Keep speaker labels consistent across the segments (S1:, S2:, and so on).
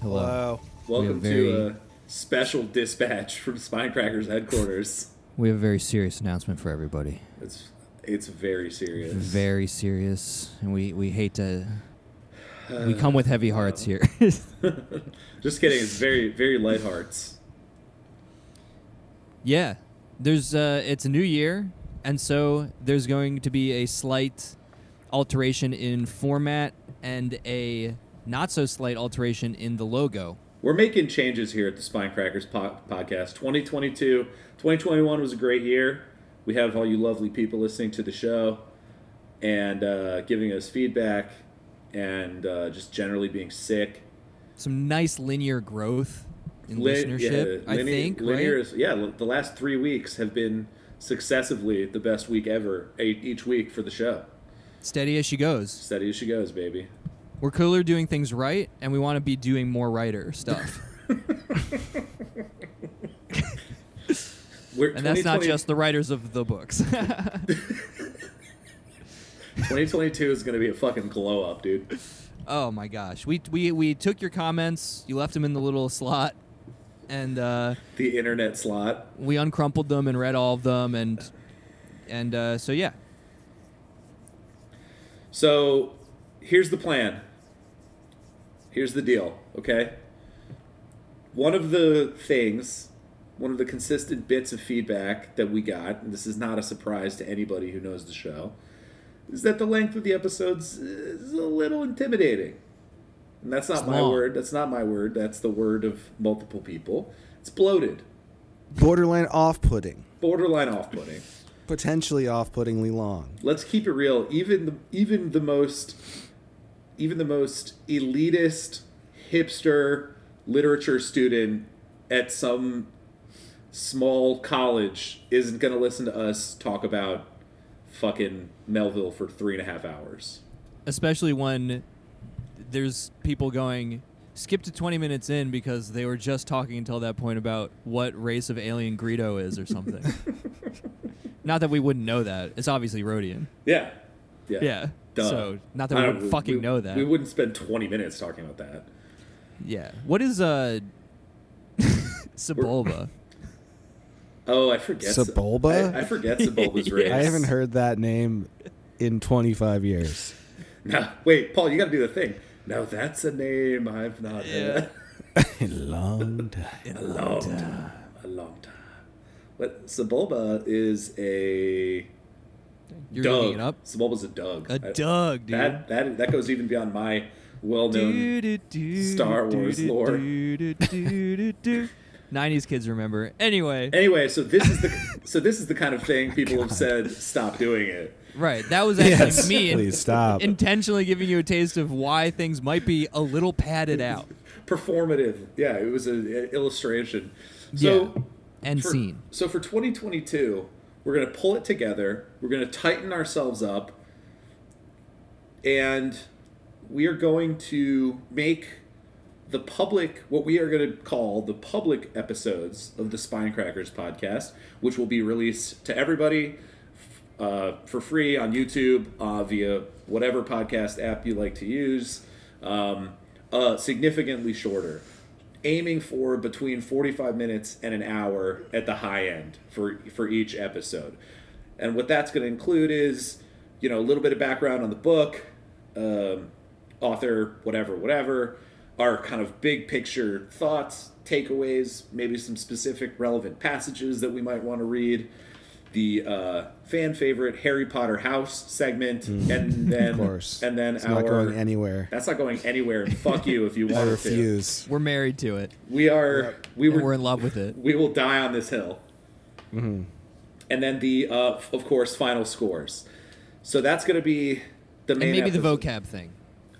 S1: Hello. We
S2: Welcome
S1: have very,
S2: to a special dispatch from Spinecracker's headquarters.
S1: we have a very serious announcement for everybody.
S2: It's it's very serious.
S1: Very serious, and we we hate to. We come with heavy hearts here.
S2: Just kidding. It's very very light hearts.
S1: yeah, there's uh, it's a new year, and so there's going to be a slight alteration in format and a not so slight alteration in the logo.
S2: We're making changes here at the Spinecrackers po- podcast. 2022, 2021 was a great year. We have all you lovely people listening to the show and uh, giving us feedback and uh, just generally being sick.
S1: Some nice linear growth in
S2: Lin-
S1: listenership.
S2: yeah,
S1: I
S2: linear-
S1: think
S2: linear
S1: right?
S2: is- yeah, l- the last three weeks have been successively the best week ever, eight, each week for the show.
S1: steady as she goes.
S2: Steady as she goes, baby.
S1: We're cooler doing things right, and we want to be doing more writer stuff.
S2: We're
S1: And that's not
S2: 2020
S1: just the writers of the books.
S2: 2022 is going to be a fucking glow up, dude.
S1: oh my gosh, we, we we took your comments, you left them in the little slot, and uh,
S2: The internet slot.
S1: we uncrumpled them and read all of them, and and uh, so yeah,
S2: So here's the plan. Here's the deal, okay? One of the things, one of the consistent bits of feedback that we got, and this is not a surprise to anybody who knows the show, is that the length of the episodes is a little intimidating. And that's not
S1: It's
S2: my
S1: long.
S2: word. That's not my word. That's the word of multiple people. It's bloated,
S3: borderline off-putting,
S2: borderline off putting.
S3: potentially off-puttingly long.
S2: let's keep it real. Even the even the most even the most elitist hipster literature student at some small college isn't going to listen to us talk about fucking Melville for three and a half hours.
S1: especially when there's people going skip to 20 minutes in because they were just talking until that point about what race of alien Greedo is or something. Not that we wouldn't know that. It's obviously Rhodian.
S2: Yeah, yeah,
S1: Yeah.
S2: Duh.
S1: So not that
S2: I
S1: we
S2: don't-
S1: wouldn't fucking
S2: we-
S1: know that.
S2: We wouldn't spend twenty minutes talking about that.
S1: Yeah. What is uh Sebulba?
S2: Oh, I forget.
S3: Sebulba?
S2: I, I forget Sebulba's race.
S3: I haven't heard that name in 25 years.
S2: No, wait, Paul, you got to do the thing. No, that's a name I've not heard.
S3: long time.
S2: A long time. A long time. But Sebulba is a
S1: You're
S2: Doug.
S1: looking it up.
S2: Sebulba's a Doug.
S1: A
S2: I-
S1: Doug, dude.
S2: That, that, that goes even beyond my well known.
S1: Do-do-do,
S2: Star Wars
S1: do-do-do,
S2: lore.
S1: do-do-do-do. 90s kids remember. Anyway,
S2: Anyway, so this is the so this is the kind of thing people have said stop doing it.
S1: right. That was actually
S3: Yes,
S1: me in-
S3: please stop.
S1: intentionally giving you a taste of why things might be a little padded out.
S2: Performative. Yeah, it was an illustration. So
S1: yeah. And
S2: for-
S1: scene.
S2: So for 2022, we're going to pull it together. We're going to tighten ourselves up. And we are going to make the public, what we are going to call the public episodes of the Spinecrackers podcast, which will be released to everybody uh, for free on YouTube uh, via whatever podcast app you like to use, um, uh, significantly shorter, aiming for between 45 minutes and an hour at the high end for for each episode. And what that's going to include is, you know, a little bit of background on the book, um, author, whatever, whatever, our kind of big picture thoughts, takeaways, maybe some specific relevant passages that we might want to read the uh, fan favorite Harry Potter house segment, and then
S3: Hmm. Of course.
S2: and then
S3: it's
S2: our
S3: not going anywhere.
S2: that's not going anywhere. and Fuck you if you
S3: I
S2: want to.
S3: refuse.
S1: We're married to it.
S2: We are we
S1: And
S2: were
S1: we're in love with it.
S2: we will die on this hill.
S3: Mm-hmm.
S2: And then the uh, f- of course final scores. So that's going to be the main
S1: And maybe the
S2: episode.
S1: vocab thing.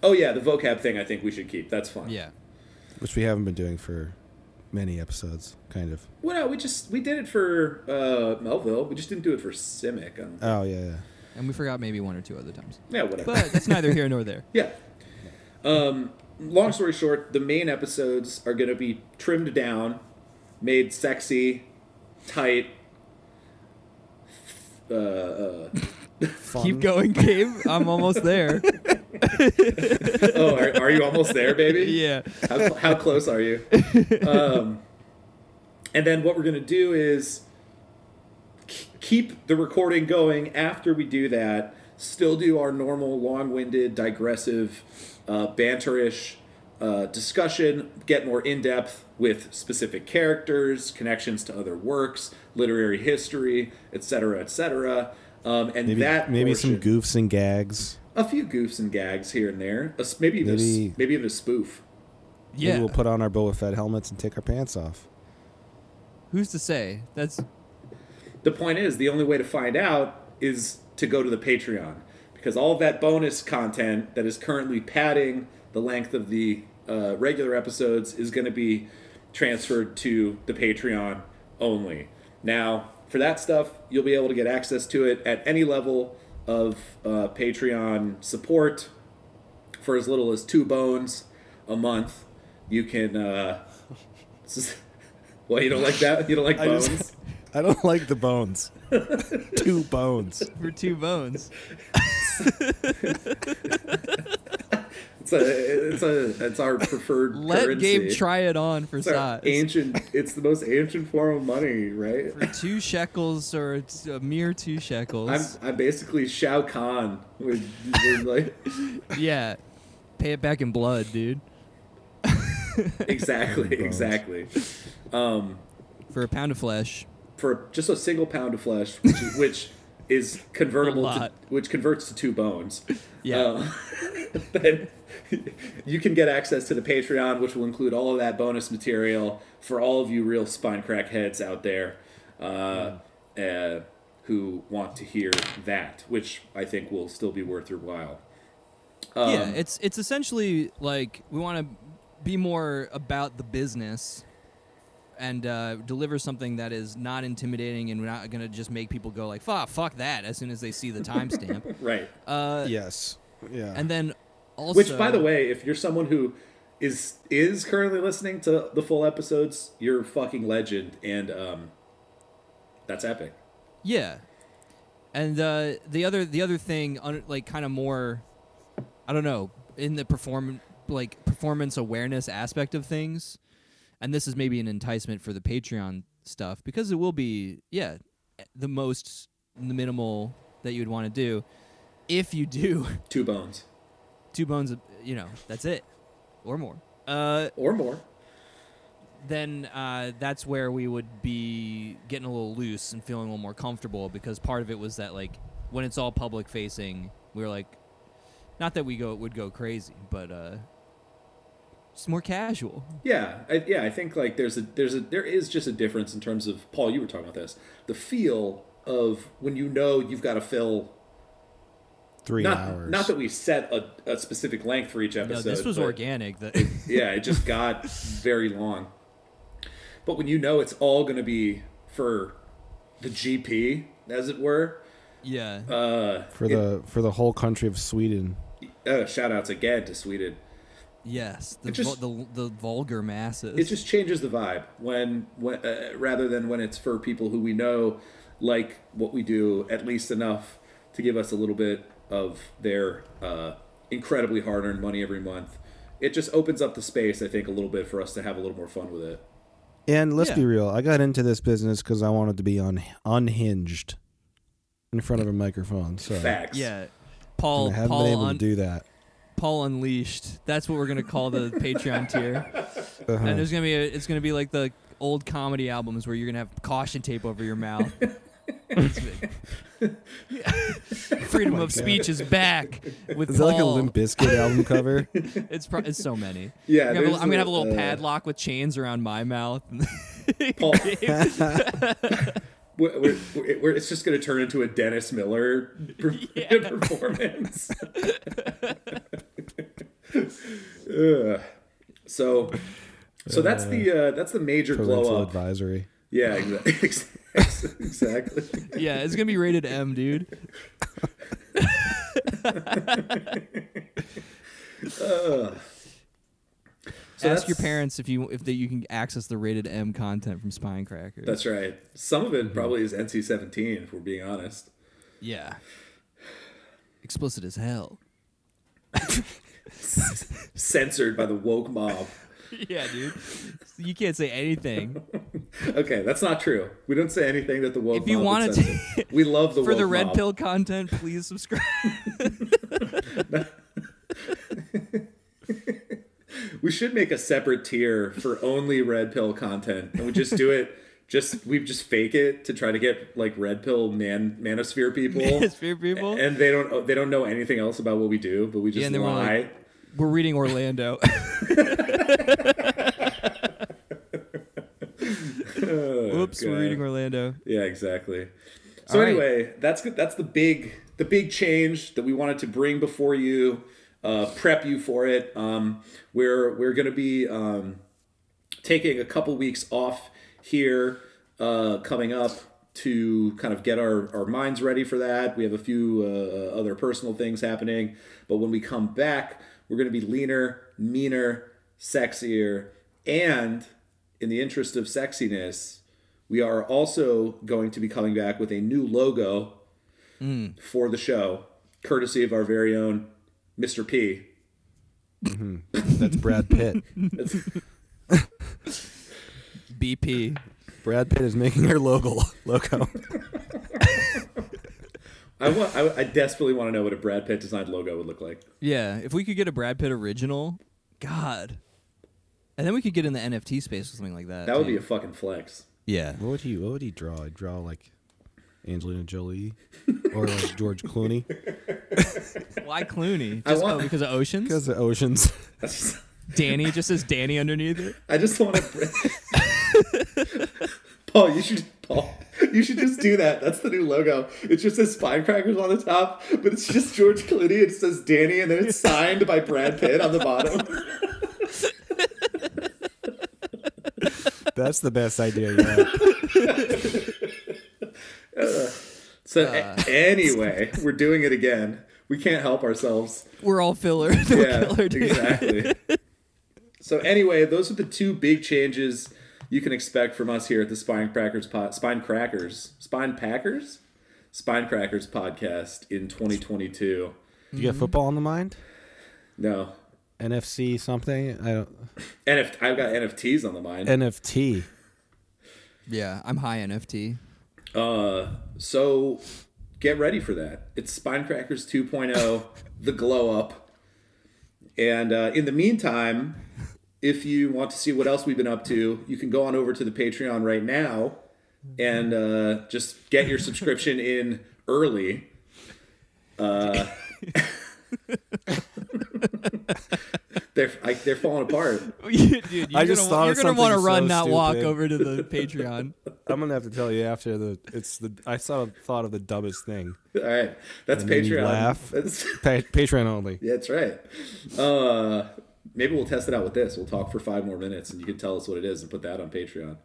S2: Oh yeah, the vocab thing. I think we should keep. That's fine.
S1: Yeah.
S3: Which we haven't been doing for many episodes, kind of.
S2: Well, no, we just we did it for uh, Melville. We just didn't do it for Simic. I don't,
S3: Oh, yeah, yeah.
S1: And we forgot maybe one or two other times.
S2: yeah, whatever.
S1: But that's neither here nor there.
S2: Yeah. Um, long story short, the main episodes are going to be trimmed down, made sexy, tight. Uh, uh,
S3: Fun.
S1: Keep going, Gabe. I'm almost there.
S2: oh, are, are you almost there, baby?
S1: yeah.
S2: how, how close are you? Um, and then what we're going to do is k- keep the recording going after we do that, still do our normal long winded, digressive, uh, banterish uh, discussion, get more in depth with specific characters, connections to other works, literary history, etc., etc. Um, and
S3: Maybe
S2: that
S3: maybe some
S2: portion-
S3: goofs and gags.
S2: a few goofs and gags here and there, a s- maybe even maybe, a,
S3: Maybe-
S2: s- maybe even a spoof.
S1: Yeah.
S3: Maybe we'll put on our Boba Fett helmets and take our pants off.
S1: Who's to say? That's
S2: The point is, the only way to find out is to go to the Patreon because all of that bonus content that is currently padding the length of the uh, regular episodes is going to be transferred to the Patreon only. Now, for that stuff, you'll be able to get access to it at any level of uh, Patreon support for as little as two bones a month. You can. Uh, well, you don't like that? You don't like
S3: I
S2: bones?
S3: just- I don't like the bones. Two bones.
S1: for two bones.
S2: It's a, it's a, it's our preferred
S1: Let
S2: currency.
S1: Gabe try it on for
S2: It's our
S1: size.
S2: ancient. It's the most ancient form of money, right?
S1: For two shekels or it's a mere two shekels.
S2: I'm, I'm basically Shao Kahn with, with like
S1: yeah. Pay it back in blood, dude.
S2: exactly,
S3: Bones.
S2: exactly. Um,
S1: For a pound of flesh.
S2: for just a single pound of flesh, which is, which is convertible,
S1: A
S2: to,
S1: lot.
S2: which converts to two bones.
S1: Yeah.
S2: Uh, then you can get access to the Patreon, which will include all of that bonus material for all of you real spine crack heads out there uh, uh, who want to hear that, which I think will still be worth your while. Um,
S1: yeah, it's it's essentially like we want to be more about the business and uh, deliver something that is not intimidating and we're not going to just make people go like, "Fuck, fuck that" as soon as they see the timestamp.
S2: right.
S1: uh,
S3: Yes. Yeah.
S1: And then also,
S2: Which, by the way, if you're someone who is is currently listening to the full episodes, you're a fucking legend, and um, that's epic.
S1: yeah. And uh, the other the other thing, un- like kind of more, I don't know, in the perform like performance awareness aspect of things, and this is maybe an enticement for the Patreon stuff because it will be yeah the most the minimal that you'd want to do if you do
S2: Two bones
S1: two bones you know that's it or more uh
S2: or more.
S1: then uh, that's where we would be getting a little loose and feeling a little more comfortable because part of it was that like when it's all public facing, we were like, not that we go would go crazy, but uh, it's more casual.
S2: Yeah, I, yeah. I think like there's a there's a there is just a difference in terms of Paul. You were talking about this, the feel of when you know you've got to fill.
S3: Three
S2: Not
S3: hours.
S2: not that we set a, a specific length for each
S1: No,
S2: episode.
S1: this was
S2: but-
S1: organic. That
S2: yeah, it just got very long. But when you know it's all going to be for the GP, as it were,
S1: yeah,
S2: uh,
S3: for the for the whole country of Sweden.
S2: uh, shout outs again to Sweden.
S1: yes, the,
S2: it just-
S1: vul- the the vulgar masses.
S2: It just changes the vibe when, when uh, rather than when it's for people who we know like what we do at least enough to give us a little bit of their uh, incredibly hard earned money every month. It just opens up the space, I think, a little bit for us to have a little more fun with it.
S3: And let's
S1: Yeah.
S3: be real, I got into this business because I wanted to be un- unhinged in front of a microphone. So
S2: Facts.
S1: yeah,
S3: and
S1: Paul
S3: I haven't
S1: Paul
S3: been able
S1: un-
S3: to do that.
S1: Paul Unleashed. That's what we're gonna call the Patreon tier. And there's gonna be a, it's gonna be like the old comedy albums where you're gonna have caution tape over your mouth. Freedom of speech is back with
S3: Is that
S1: Paul.
S3: like a Limp Bizkit album cover?
S1: It's pro- it's so many.
S2: Yeah,
S1: I'm gonna, have a,
S2: there's
S1: I'm gonna have a little
S2: the, uh,
S1: padlock with chains around my mouth.
S2: Paul. We're, we're, we're, it's just going to turn into a Dennis Miller per- performance. Ugh. So, so that's the uh, that's the major
S3: Parental
S2: glow up.
S3: advisory.
S2: Yeah, exactly. exactly.
S1: yeah, it's gonna be rated M, dude. Ask your
S2: that's-
S1: parents if you if that you can access the rated M content from Spine Crackers.
S2: That's right. Some of it probably is NC seventeen. If we're being honest.
S1: yeah, explicit as hell.
S2: Censored by the woke mob.
S1: yeah, dude. You can't say anything.
S2: Okay, that's not true. We don't say anything that the woke.
S1: If
S2: mob
S1: you
S2: would
S1: wanted
S2: censor.
S1: to-
S2: we love the
S1: For the
S2: woke
S1: red
S2: mob.
S1: pill content, please subscribe.
S2: We should make a separate tier for only red pill content, and we just do it. Just we just fake it to try to get like red pill man manosphere people,
S1: Fear people.
S2: and they don't they don't know anything else about what we do, but we just
S1: and they were
S2: lie.
S1: like- We're reading Orlando. Whoops,
S2: God.
S1: we're reading Orlando.
S2: Yeah, exactly. So
S1: All right.
S2: anyway, that's good. That's the big the big change that we wanted to bring before you, uh, prep you for it. Um, we're we're gonna be um, taking a couple weeks off here uh, coming up to kind of get our, our minds ready for that. We have a few uh, other personal things happening, but when we come back, we're going to be leaner, meaner, sexier, and in the interest of sexiness, we are also going to be coming back with a new logo for the show, courtesy of our very own Mr. P.
S3: That's Brad Pitt.
S2: That's-
S1: BP.
S3: Brad Pitt is making her logo. Logo.
S2: I, want, I, I desperately want to know what a Brad Pitt designed logo would look like.
S1: Yeah, if we could get a Brad Pitt original, God. And then we could get in the NFT space or something like that.
S2: That would be
S1: too.
S2: a fucking flex.
S1: yeah.
S3: What would he? What would he draw? He'd draw like Angelina Jolie or like George Clooney
S1: Why Clooney?
S2: I
S1: Just,
S2: want-
S1: oh, because of oceans.
S3: because the oceans.
S1: Danny just says Danny underneath it.
S2: I just want to. Paul, you should Paul, you should just do that. That's the new logo. It just says Spine Crackers on the top, but it's just George Clooney. It says Danny, and then it's signed by Brad Pitt on the bottom.
S3: That's the best idea. You have.
S2: So
S1: Uh,
S2: a- anyway, we're doing it again. We can't help ourselves.
S1: We're all filler.
S2: Yeah,
S1: filler dude.
S2: exactly. so anyway, those are the two big changes you can expect from us here at the Spine Crackers pod, Spine Crackers, Spine Packers, Spine Crackers podcast in 2022.
S3: You
S1: Mm-hmm.
S3: got football on the mind?
S2: No,
S3: NFC something? I don't.
S2: NF- I've got NFTs on the mind.
S3: NFT.
S1: Yeah, I'm high NFT.
S2: Uh, so get ready for that. It's Spinecrackers 2.0, the glow up. And uh, in the meantime, if you want to see what else we've been up to, you can go on over to the Patreon right now and uh, just get your subscription in early. Uh, they're I, they're falling apart.
S1: Dude, you're
S3: I just
S1: gonna,
S3: thought
S1: you're
S3: of
S1: gonna wanna
S3: something so
S1: run, not walk
S3: stupid.
S1: over to the Patreon.
S3: I'm gonna have to tell you after the. It's the. I saw thought of the dumbest thing.
S2: All right, that's
S3: made me
S2: Patreon.
S3: laugh.
S2: That's
S3: Pa- Patreon only.
S2: Yeah, That's right. Uh, maybe we'll test it out with this. We'll talk for five more minutes, and you can tell us what it is and put that on Patreon.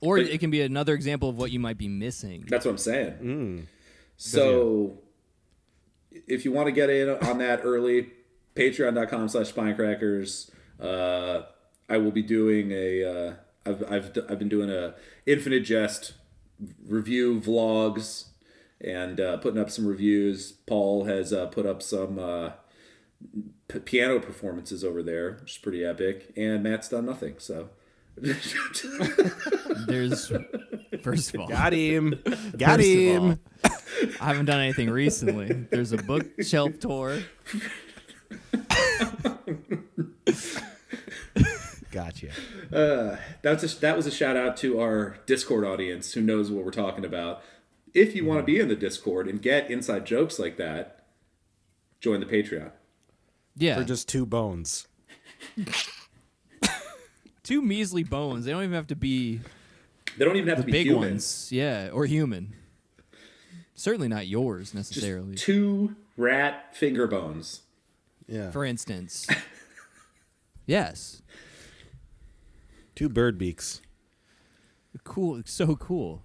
S1: Or it can be another example of what you might be missing.
S2: That's what I'm saying. So, if you want to get in on that early, patreon.com slash spinecrackers. Uh, I will be doing a, uh, I've, I've, d- I've been doing a Infinite Jest review vlogs and uh, putting up some reviews. Paul has uh, put up some uh, p- piano performances over there, which is pretty epic. And Matt's done nothing, so.
S1: There's first of all,
S3: Got him. Got
S1: First of
S3: him.
S1: all, I haven't done anything recently. There's a bookshelf tour.
S3: Gotcha.
S2: That's a, that was a shout out to our Discord audience who knows what we're talking about. If you want to be in the Discord and get inside jokes like that, join the Patreon.
S1: Yeah,
S3: They're
S1: just
S3: just two bones.
S1: two measly bones. They don't even have to be
S2: They don't even have to be
S1: big
S2: human.
S1: ones. Yeah, or human. Certainly not yours necessarily.
S2: Two rat finger bones.
S3: Yeah.
S1: For instance. yes.
S3: two bird beaks.
S1: Cool. So cool.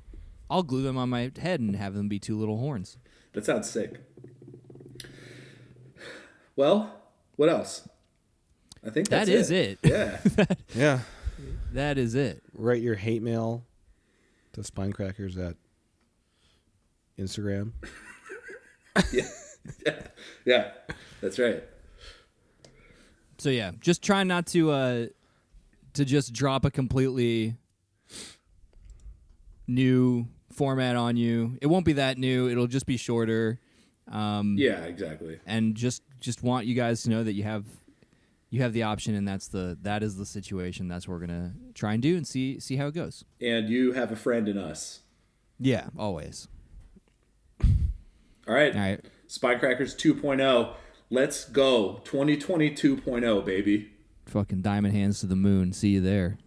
S1: I'll glue them on my head and have them be two little horns.
S2: That sounds sick. Well, what else? I think that's
S1: That is it.
S2: Yeah.
S3: Yeah.
S1: That is it.
S3: Write your hate mail to spinecrackers at Instagram.
S2: yeah. yeah, that's right.
S1: So yeah, just try not to uh to just drop a completely new format on you. It won't be that new. It'll just be shorter. Um
S2: Yeah, exactly.
S1: and just just want you guys to know that you have you have the option and that's the that is the situation. That's what we're going to try and do and see see how it goes.
S2: And you have a friend in us.
S1: Yeah, always.
S2: All right.
S1: All right.
S2: Spycrackers 2.0. Let's go. 2022.0, baby. oh,
S1: Fucking diamond hands to the moon. See you there.